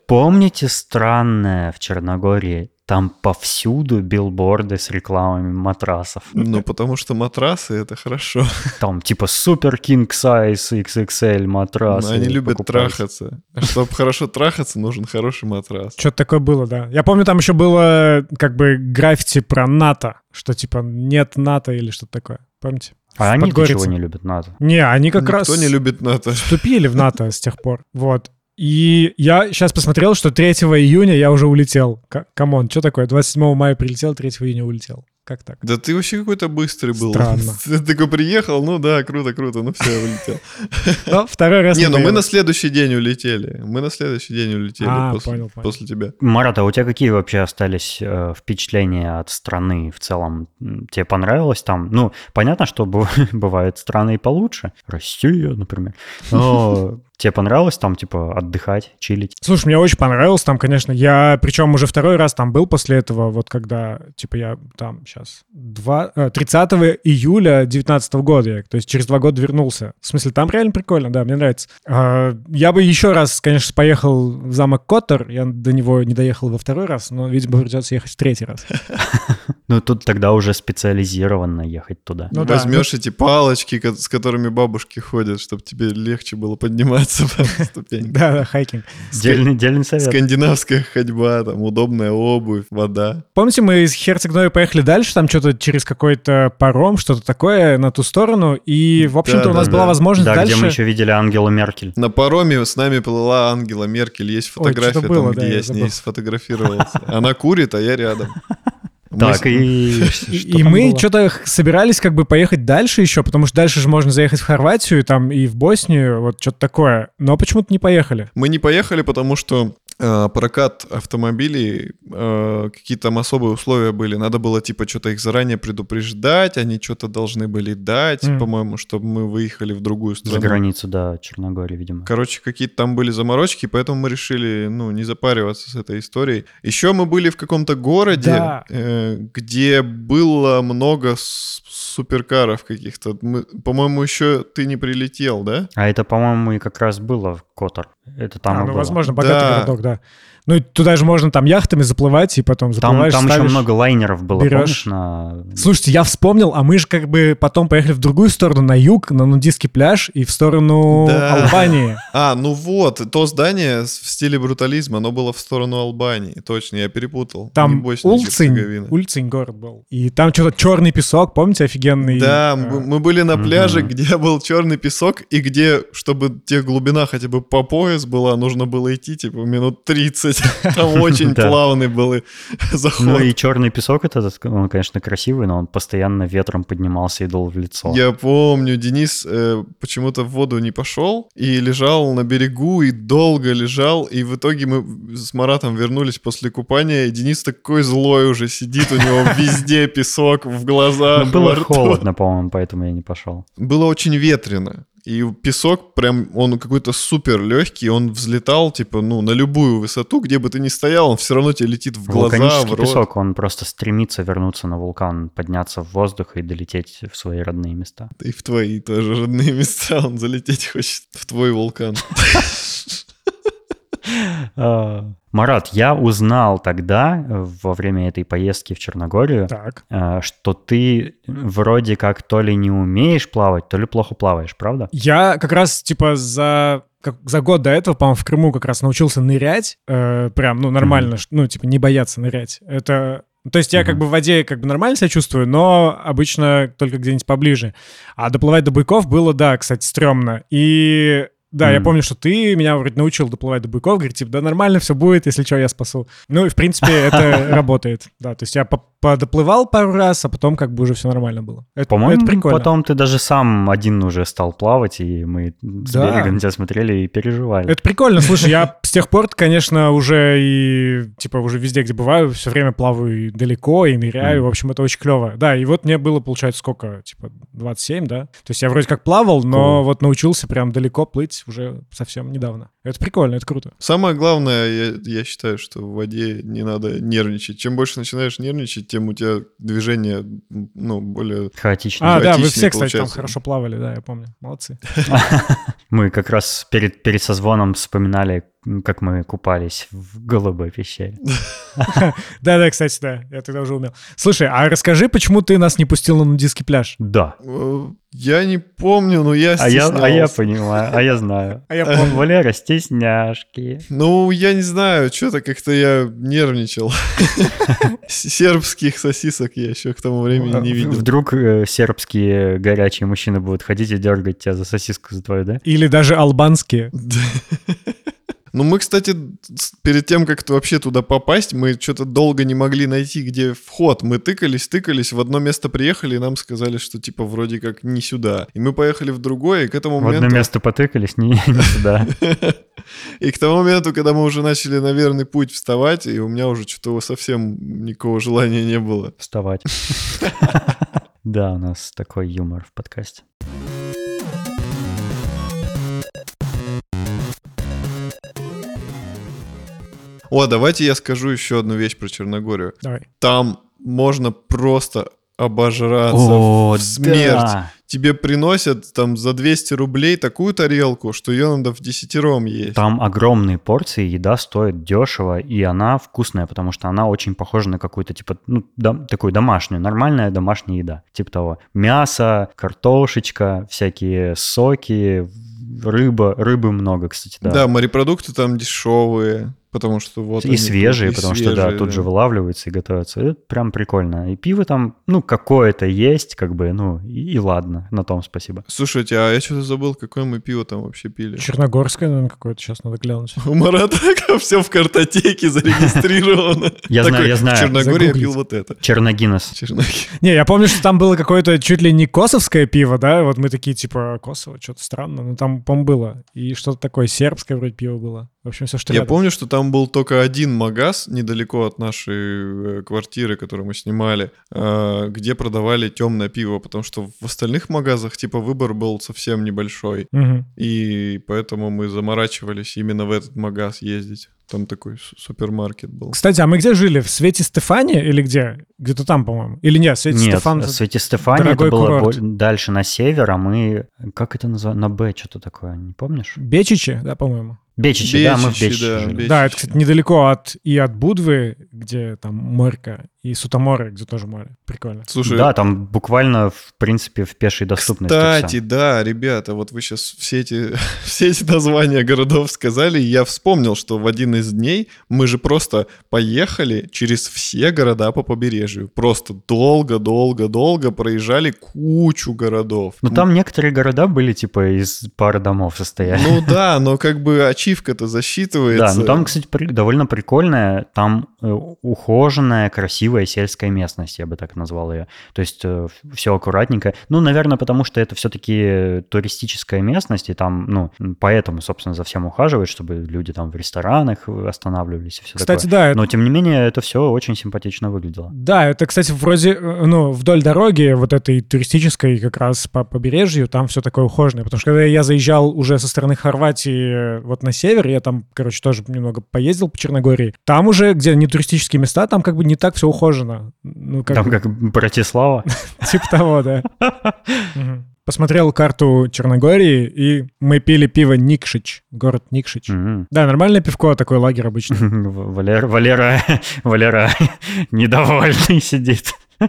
Speaker 1: Помните странное в Черногории? Там повсюду билборды с рекламами матрасов.
Speaker 3: Э,
Speaker 2: Ну, потому что матрасы это хорошо.
Speaker 1: Там типа супер king size XXL матрас.
Speaker 2: Но *laughs* Они любят трахаться. А чтобы хорошо трахаться, нужен хороший матрас.
Speaker 3: Что-то такое было, да. Я помню, там еще было как бы граффити про НАТО, что типа нет НАТО или что-то такое. Помните?
Speaker 1: А они
Speaker 3: Подгорица.
Speaker 1: чего не любят, надо.
Speaker 3: Не, они как раз...
Speaker 2: Никто не любит НАТО.
Speaker 3: вступили в НАТО с тех пор. Вот. И я сейчас посмотрел, что 3 июня я уже улетел. К- Камон, что такое? 27 мая прилетел, 3 июня улетел.
Speaker 2: *laughs*
Speaker 3: Как так?
Speaker 2: Да ты вообще какой-то быстрый был.
Speaker 3: Странно.
Speaker 2: *laughs* Ты такой приехал, ну да, круто, круто, ну все,
Speaker 3: *laughs*
Speaker 2: улетел.
Speaker 3: Но второй раз...
Speaker 2: Не, ну мы
Speaker 3: доехал.
Speaker 2: на следующий день улетели. Мы на следующий день
Speaker 3: А,
Speaker 2: улетели после-
Speaker 3: понял, понял.
Speaker 2: после тебя.
Speaker 1: Марат, а у тебя какие вообще остались э, впечатления от страны в целом? М, Тебе понравилось там? Ну, понятно, что быв- *laughs* бывают страны и получше. Россия, например.
Speaker 2: *laughs*
Speaker 1: Но тебе понравилось там, типа, отдыхать, чилить?
Speaker 3: Слушай, мне очень понравилось там, конечно. Я, причем уже второй раз там был после этого, вот когда, типа, я там сейчас... два- э, 30 июля 2019 года, я, то есть через два года вернулся. В смысле, там реально прикольно, да, мне нравится. А, Я бы еще раз, конечно, поехал в замок Коттер. Я до него не доехал во второй раз, но, видимо, придется ехать в третий раз. *laughs*
Speaker 1: Ну, тут тогда уже специализированно ехать туда.
Speaker 3: Ну да.
Speaker 2: Возьмешь эти палочки, ко- с которыми бабушки ходят, чтобы тебе легче было подниматься *laughs* по ступенькам.
Speaker 3: *laughs* Да, да, хайкинг.
Speaker 1: Дельный, дельный совет.
Speaker 2: Скандинавская ходьба, там удобная обувь, вода.
Speaker 3: Помните, мы из Херцегновой поехали дальше, там что-то через какой-то паром, что-то такое, на ту сторону, и, в общем-то, у
Speaker 2: Да,
Speaker 3: нас
Speaker 2: да,
Speaker 3: была
Speaker 2: да.
Speaker 3: возможность
Speaker 1: Да,
Speaker 3: дальше...
Speaker 1: где мы еще видели Ангелу Меркель.
Speaker 2: На пароме с нами плыла Ангела Меркель. Есть
Speaker 3: Ой,
Speaker 2: фотография,
Speaker 3: что-то было,
Speaker 2: там, где
Speaker 3: да,
Speaker 2: я
Speaker 3: я
Speaker 2: с
Speaker 3: забыл. *laughs*
Speaker 2: ней *laughs* сфотографировался. Она курит, а я рядом.
Speaker 1: Так, *laughs* и... что
Speaker 3: И
Speaker 1: там
Speaker 3: мы
Speaker 1: было?
Speaker 3: что-то собирались как бы поехать дальше еще, потому что дальше же можно заехать в Хорватию там и в Боснию, вот что-то такое. Но почему-то не поехали.
Speaker 2: Мы не поехали, потому что э, прокат автомобилей, э, какие там особые условия были. Надо было, типа, что-то их заранее предупреждать, они что-то должны были дать,
Speaker 3: Мгм.
Speaker 2: по-моему, чтобы мы выехали в другую
Speaker 1: За
Speaker 2: страну.
Speaker 1: границу, да, Черногории, видимо.
Speaker 2: Короче, какие-то там были заморочки, поэтому мы решили, ну, не запариваться с этой историей. Еще мы были в каком-то городе,
Speaker 3: Да.
Speaker 2: э, где было много с- суперкаров каких-то. Мы- по-моему, еще ты не прилетел, да?
Speaker 1: А это, по-моему, и как раз было в Котор. Это там и
Speaker 3: А, ну,
Speaker 1: было.
Speaker 3: возможно, богатый
Speaker 2: Да.
Speaker 3: городок, да. Ну, и туда же можно там яхтами заплывать, и потом
Speaker 1: Там,
Speaker 3: заплываешь,
Speaker 1: там еще
Speaker 3: ставишь.
Speaker 1: много лайнеров было, помнишь,
Speaker 3: берешь.
Speaker 1: на...
Speaker 3: Слушайте, я вспомнил, а мы же как бы потом поехали в другую сторону, на юг, на нудистский пляж и в сторону
Speaker 2: Да.
Speaker 3: Албании.
Speaker 1: *laughs*
Speaker 2: А, ну вот, то здание с- в стиле брутализма, оно было в сторону Албании. Точно, я перепутал. Не
Speaker 3: Там
Speaker 2: Босния,
Speaker 3: Улцин,
Speaker 2: Герцеговина.
Speaker 3: Улцин город был. И там что-то черный песок, помните, офигенный?
Speaker 2: Да,
Speaker 3: э,
Speaker 2: мы мы были на пляже,
Speaker 1: Мгм.
Speaker 2: где *laughs* был черный песок, и где, чтобы те глубина хотя бы по пояс была, нужно было идти, типа,
Speaker 1: *laughs*
Speaker 2: минут 30. *laughs* Там очень
Speaker 1: Да.
Speaker 2: плавный был и *laughs*
Speaker 1: Ну
Speaker 2: заход.
Speaker 1: и черный песок этот, он, конечно, красивый, но он постоянно ветром поднимался и дул в лицо.
Speaker 2: Я помню, Денис э, почему-то в воду не пошел и лежал на берегу, и долго лежал, и в итоге мы с Маратом вернулись после купания, и Денис такой злой уже сидит, у него *laughs* везде песок в
Speaker 1: Ну,
Speaker 2: глазах, во
Speaker 1: было
Speaker 2: рту.
Speaker 3: *laughs*
Speaker 1: холодно, по-моему, поэтому я не пошел.
Speaker 2: было очень ветрено. И песок прям, он какой-то супер легкий, он взлетал, типа, ну, на любую высоту, где бы ты ни стоял, он все равно тебе летит в глаза, в
Speaker 1: Вулканический
Speaker 2: рот.
Speaker 1: песок, он просто стремится вернуться на вулкан, подняться в воздух и долететь в свои родные
Speaker 3: *laughs*
Speaker 1: места.
Speaker 2: И в твои тоже родные места он залететь хочет, в твой вулкан.
Speaker 3: А.
Speaker 1: Марат, я узнал тогда, э, во время этой поездки в Черногорию,
Speaker 3: Так.
Speaker 1: э, что ты вроде как то ли не умеешь плавать, то ли плохо плаваешь, правда?
Speaker 3: Я как раз, типа, за, как, за год до этого, по-моему, в Крыму как раз научился нырять. э, прям, ну, нормально, ш- ну, типа, не бояться нырять. Это... ну, То есть я как
Speaker 1: Мгм.
Speaker 3: бы в воде как бы нормально себя чувствую, но обычно только где-нибудь поближе. А доплывать до быков было, да, кстати, стрёмно. И да, я
Speaker 1: Мгм.
Speaker 3: помню, что ты меня вроде научил доплывать до быков, говорит, типа, да нормально, все будет, если что, я спасу. Ну и, в принципе,
Speaker 1: *laughs*
Speaker 3: это работает, да. То есть я по- подоплывал пару раз, а потом как бы уже все нормально было. Это, это
Speaker 1: По-моему,
Speaker 3: прикольно.
Speaker 1: потом ты даже сам один уже стал плавать, и мы с
Speaker 3: Да.
Speaker 1: берега на тебя смотрели и переживали.
Speaker 3: Это прикольно, слушай, я с тех пор, конечно, уже и, типа, уже везде, где бываю, все время плаваю и далеко, и ныряю,
Speaker 1: Мгм.
Speaker 3: в общем, это очень клево. Да, и вот мне было, получается, сколько, типа, 27, да? То есть я вроде как плавал, но
Speaker 1: Круто.
Speaker 3: вот научился прям далеко плыть уже совсем недавно. Это прикольно, это круто.
Speaker 2: Самое главное, я, я считаю, что в воде не надо нервничать. Чем больше начинаешь нервничать, тем у тебя движение, ну, более...
Speaker 1: Хаотично.
Speaker 3: А, да, вы
Speaker 2: Экзотичнее
Speaker 3: все, кстати, там
Speaker 2: получается.
Speaker 3: хорошо плавали, да, я помню. Молодцы. *laughs*
Speaker 1: Мы как раз перед, перед созвоном вспоминали, м, как мы купались в голубой пещере.
Speaker 3: Да-да, кстати, да, я тогда уже умел. Слушай, а расскажи, почему ты нас не пустил на нудистский пляж?
Speaker 1: Да.
Speaker 2: Э, Я не помню, но я
Speaker 1: А я, а я
Speaker 2: стеснялся.
Speaker 1: понимаю, а я знаю.
Speaker 3: А я
Speaker 2: *laughs*
Speaker 3: помню.
Speaker 1: Валера, стесняшки.
Speaker 2: Ну, я не знаю, что-то как-то я нервничал. *laughs* С- Сербских сосисок я еще к тому времени не
Speaker 1: А, В-
Speaker 2: видел.
Speaker 1: Вдруг э, сербские горячие мужчины будут ходить и дергать тебя за сосиску за твою, да?
Speaker 3: Или даже албанские.
Speaker 2: Да. Ну, мы, кстати, с- перед тем, как т- вообще туда попасть, мы что-то долго не могли найти, где вход. Мы тыкались, тыкались, в одно место приехали, и нам сказали, что, типа, вроде как не сюда. И мы поехали в другое, и к этому
Speaker 1: В одно
Speaker 2: моменту...
Speaker 1: место потыкались, не, *laughs* не
Speaker 2: *laughs*
Speaker 1: сюда.
Speaker 2: И к тому моменту, когда мы уже начали на верный путь вставать, и у меня уже что-то совсем никакого желания не было. *laughs*
Speaker 1: Вставать. Да, у нас такой юмор в подкасте.
Speaker 2: О, давайте я скажу еще одну вещь про Черногорию.
Speaker 3: Давай.
Speaker 2: Там можно просто обожраться
Speaker 1: О,
Speaker 2: в смерть.
Speaker 1: да.
Speaker 2: Тебе приносят там за 200 рублей такую тарелку, что ее надо в десятером есть.
Speaker 1: Там огромные порции, еда стоит дешево, и она вкусная, потому что она очень похожа на какую-то, типа, ну, дом- такую домашнюю, нормальная домашняя еда, типа того. Мясо, картошечка, всякие соки, рыба, рыбы много, кстати, да.
Speaker 2: Да, морепродукты там дешевые по потому что вот...
Speaker 1: И
Speaker 2: они
Speaker 1: свежие,
Speaker 2: тут, и
Speaker 1: потому что, да,
Speaker 2: свежие,
Speaker 1: тут же вылавливаются и готовятся. Это прям прикольно. И пиво там, ну, какое-то есть, как бы, ну, и, и ладно, на том спасибо.
Speaker 2: Слушайте, а я что-то забыл, какое мы пиво там вообще пили.
Speaker 3: Черногорское, наверное, какое-то сейчас надо глянуть.
Speaker 2: У Марата *laughs* все в картотеке зарегистрировано.
Speaker 1: Я знаю,
Speaker 2: Такой,
Speaker 1: я знаю.
Speaker 2: В Черногории я
Speaker 3: Загуглить.
Speaker 2: пил вот это.
Speaker 1: Черногинес.
Speaker 2: Черноги.
Speaker 3: Не, я помню, что там было какое-то чуть ли не косовское пиво, да? Вот мы такие, типа, Косово, что-то странно. Ну, там, по-моему, было. И что-то такое сербское вроде пиво было. В общем, все, что
Speaker 2: Я
Speaker 3: рядом.
Speaker 2: помню, что там был только один магаз недалеко от нашей э, квартиры, которую мы снимали, э, где продавали темное пиво, потому что в остальных магазах типа выбор был совсем небольшой.
Speaker 3: Мгм.
Speaker 2: И поэтому мы заморачивались именно в этот магаз ездить. Там такой су- супермаркет был.
Speaker 3: Кстати, а мы где жили? В Свете Стефане или где? Где-то там, по-моему. Или нет, Свете
Speaker 1: Нет, э,
Speaker 3: Стефан...
Speaker 1: Свете Стефани это
Speaker 3: дорогой
Speaker 1: было
Speaker 3: курорт.
Speaker 1: бо- дальше на север, а мы... Как это называется? На Б что-то такое, не помнишь?
Speaker 3: Бечичи, да, по-моему?
Speaker 1: Бечичи, да, мы в
Speaker 2: Бечичи,
Speaker 1: Бечичи
Speaker 2: да,
Speaker 1: жили.
Speaker 2: Бечичи.
Speaker 3: Да, это, кстати, недалеко от и от Будвы, где там морька, и Сутаморы, где тоже море. Прикольно.
Speaker 2: Слушай,
Speaker 1: Да, там буквально, в принципе, в пешей доступности всё.
Speaker 2: Кстати, да, ребята, вот вы сейчас все эти, *laughs* все эти названия городов сказали, и я вспомнил, что в один из дней мы же просто поехали через все города по побережью. Просто долго-долго-долго проезжали кучу городов.
Speaker 1: Ну, там некоторые города были, типа, из пары домов состояли.
Speaker 2: Ну да, но как бы ачивка-то засчитывается.
Speaker 1: Да, ну там, кстати, при- довольно прикольная, там э, ухоженная, красивая сельская местность, я бы так назвал ее. То есть все аккуратненько. Ну, наверное, потому что это все-таки туристическая местность, и там, ну, м, поэтому, собственно, за всем ухаживают, чтобы люди там в ресторанах останавливались и все
Speaker 3: Кстати,
Speaker 1: такое.
Speaker 3: да, это,
Speaker 1: Но, тем не менее, это все очень симпатично выглядело.
Speaker 3: да, это, кстати, вроде, э, ну, вдоль дороги вот этой туристической как раз по побережью, там все такое ухоженное, потому что когда я заезжал уже со стороны Хорватии э, вот на север, я там, короче, тоже немного поездил по Черногории, там уже, где не туристические места, там как бы не так все ухожено. Ну, как
Speaker 1: Там
Speaker 3: бы,
Speaker 1: как
Speaker 3: *laughs*
Speaker 1: Братислава.
Speaker 3: Типа того, да. Мгм. Посмотрел карту Черногории, и мы пили пиво Никшич, город Никшич.
Speaker 1: Мгм.
Speaker 3: Да, нормальное пивко, такой лагерь обычно.
Speaker 1: М-м. *laughs* В- Валер, Валера, *laughs* Валера недовольный сидит. *laughs*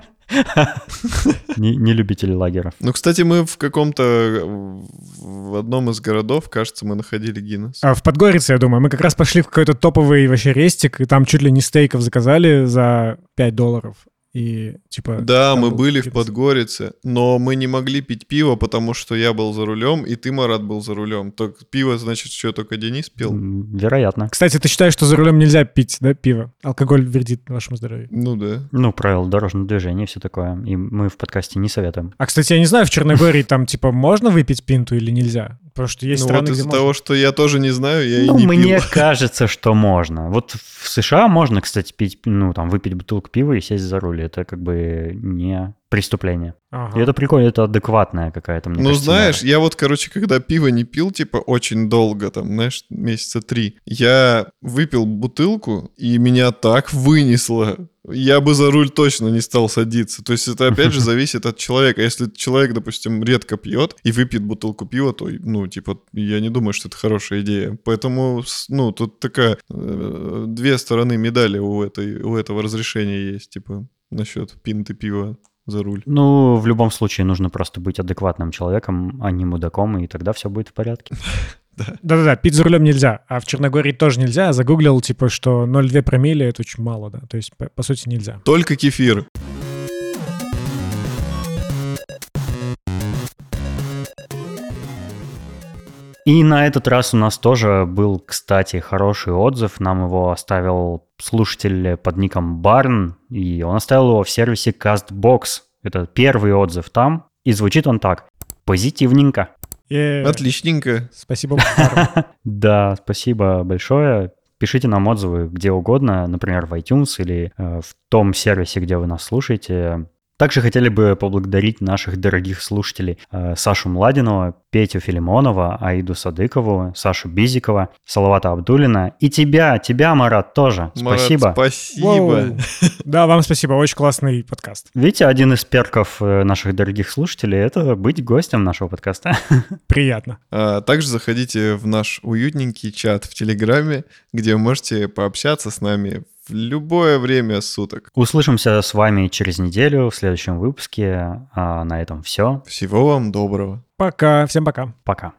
Speaker 1: Не, не любители лагеров.
Speaker 2: Ну, кстати, мы в каком-то... э, В одном из городов, кажется, мы находили Гиннес.
Speaker 3: А в Подгорице, я думаю, мы как раз пошли в какой-то топовый вообще рестик, и там чуть ли не стейков заказали за 5 долларов. И типа...
Speaker 2: Да,
Speaker 3: там
Speaker 2: мы
Speaker 3: был
Speaker 2: были в
Speaker 3: Гиннес.
Speaker 2: Подгорице, но мы не могли пить пиво, потому что я был за рулем, и ты, Марат, был за рулем. Так пиво, значит, что, только Денис пил?
Speaker 1: М, Вероятно.
Speaker 3: Кстати, ты считаешь, что за рулем нельзя пить, да, пиво? Алкоголь вредит вашему здоровью.
Speaker 2: Ну да.
Speaker 1: Ну, правила дорожного движения, все такое. И мы в подкасте не советуем.
Speaker 3: А, кстати, я не знаю, в Черногории там, типа, можно выпить пинту или нельзя? Потому что есть
Speaker 2: ну
Speaker 3: страны,
Speaker 2: вот
Speaker 3: где
Speaker 2: из-за
Speaker 3: можно.
Speaker 2: того, что я тоже не знаю, я
Speaker 1: ну,
Speaker 2: и не
Speaker 1: мне
Speaker 2: пил. *laughs*
Speaker 1: кажется, что можно. Вот в США можно, кстати, пить, ну, там, выпить бутылку пива и сесть за руль. Это как бы не преступление.
Speaker 3: Ага.
Speaker 1: И это прикольно, это адекватная какая-то, мне
Speaker 2: А. Ну,
Speaker 1: кажется,
Speaker 2: знаешь,
Speaker 1: мера.
Speaker 2: я вот, короче, когда пиво не пил, типа, очень долго, там, знаешь, месяца три, я выпил бутылку, и меня так вынесло. Я бы за руль точно не стал садиться. То есть это, опять
Speaker 1: *laughs*
Speaker 2: же, зависит от человека. Если человек, допустим, редко пьет и выпьет бутылку пива, то, ну, типа, я не думаю, что это хорошая идея. Поэтому, с- ну, тут такая... э, Две стороны медали у, этой, у этого разрешения есть, типа, насчет пинты пива за руль.
Speaker 1: Ну, в любом случае, нужно просто быть адекватным человеком, а не мудаком, и тогда все будет в порядке.
Speaker 3: Да-да-да, пить за рулем нельзя, а в Черногории тоже нельзя. Я загуглил, типа, что 0,2 промилле — это очень мало, да. То есть, по, по сути, нельзя.
Speaker 2: Только кефир.
Speaker 1: И на этот раз у нас тоже был, кстати, хороший отзыв. Нам его оставил слушатель под ником Барн, и он оставил его в сервисе CastBox. Это первый отзыв там, и звучит он так. Позитивненько. Э.
Speaker 3: Е-е-е.
Speaker 2: Отличненько.
Speaker 3: Спасибо. Макаров.
Speaker 1: Да, спасибо большое. Пишите нам отзывы где угодно, например, в iTunes или э, в том сервисе, где вы нас слушаете. Также хотели бы поблагодарить наших дорогих слушателей э, Сашу Младинова, Петю Филимонова, Аиду Садыкову, Сашу Бизикова, Салавата Абдулина и тебя, тебя, Марат, тоже.
Speaker 2: Марат,
Speaker 1: Спасибо.
Speaker 3: Воу.
Speaker 2: спасибо.
Speaker 3: Да, вам спасибо, очень классный подкаст.
Speaker 1: Видите, один из перков э, наших дорогих слушателей — это быть гостем нашего подкаста. *laughs*
Speaker 3: Приятно.
Speaker 2: А также заходите в наш уютненький чат в Телеграме, где вы можете пообщаться с нами в любое время суток.
Speaker 1: Услышимся с вами через неделю в следующем выпуске. А на этом все.
Speaker 2: Всего вам доброго.
Speaker 3: Пока, всем пока.
Speaker 1: Пока.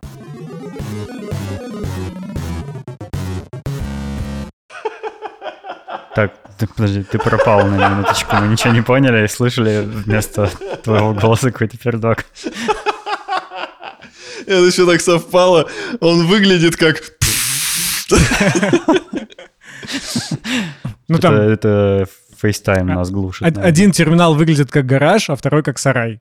Speaker 1: Так, ты, подожди, ты пропал на минуточку. Мы ничего не поняли и слышали вместо твоего голоса какой-то пердак.
Speaker 2: Это еще так совпало. Он выглядит как...
Speaker 3: Ну
Speaker 1: это,
Speaker 3: там
Speaker 1: это FaceTime нас глушит.
Speaker 3: од- Ну,
Speaker 1: наверное.
Speaker 3: один терминал выглядит как гараж, а второй как сарай.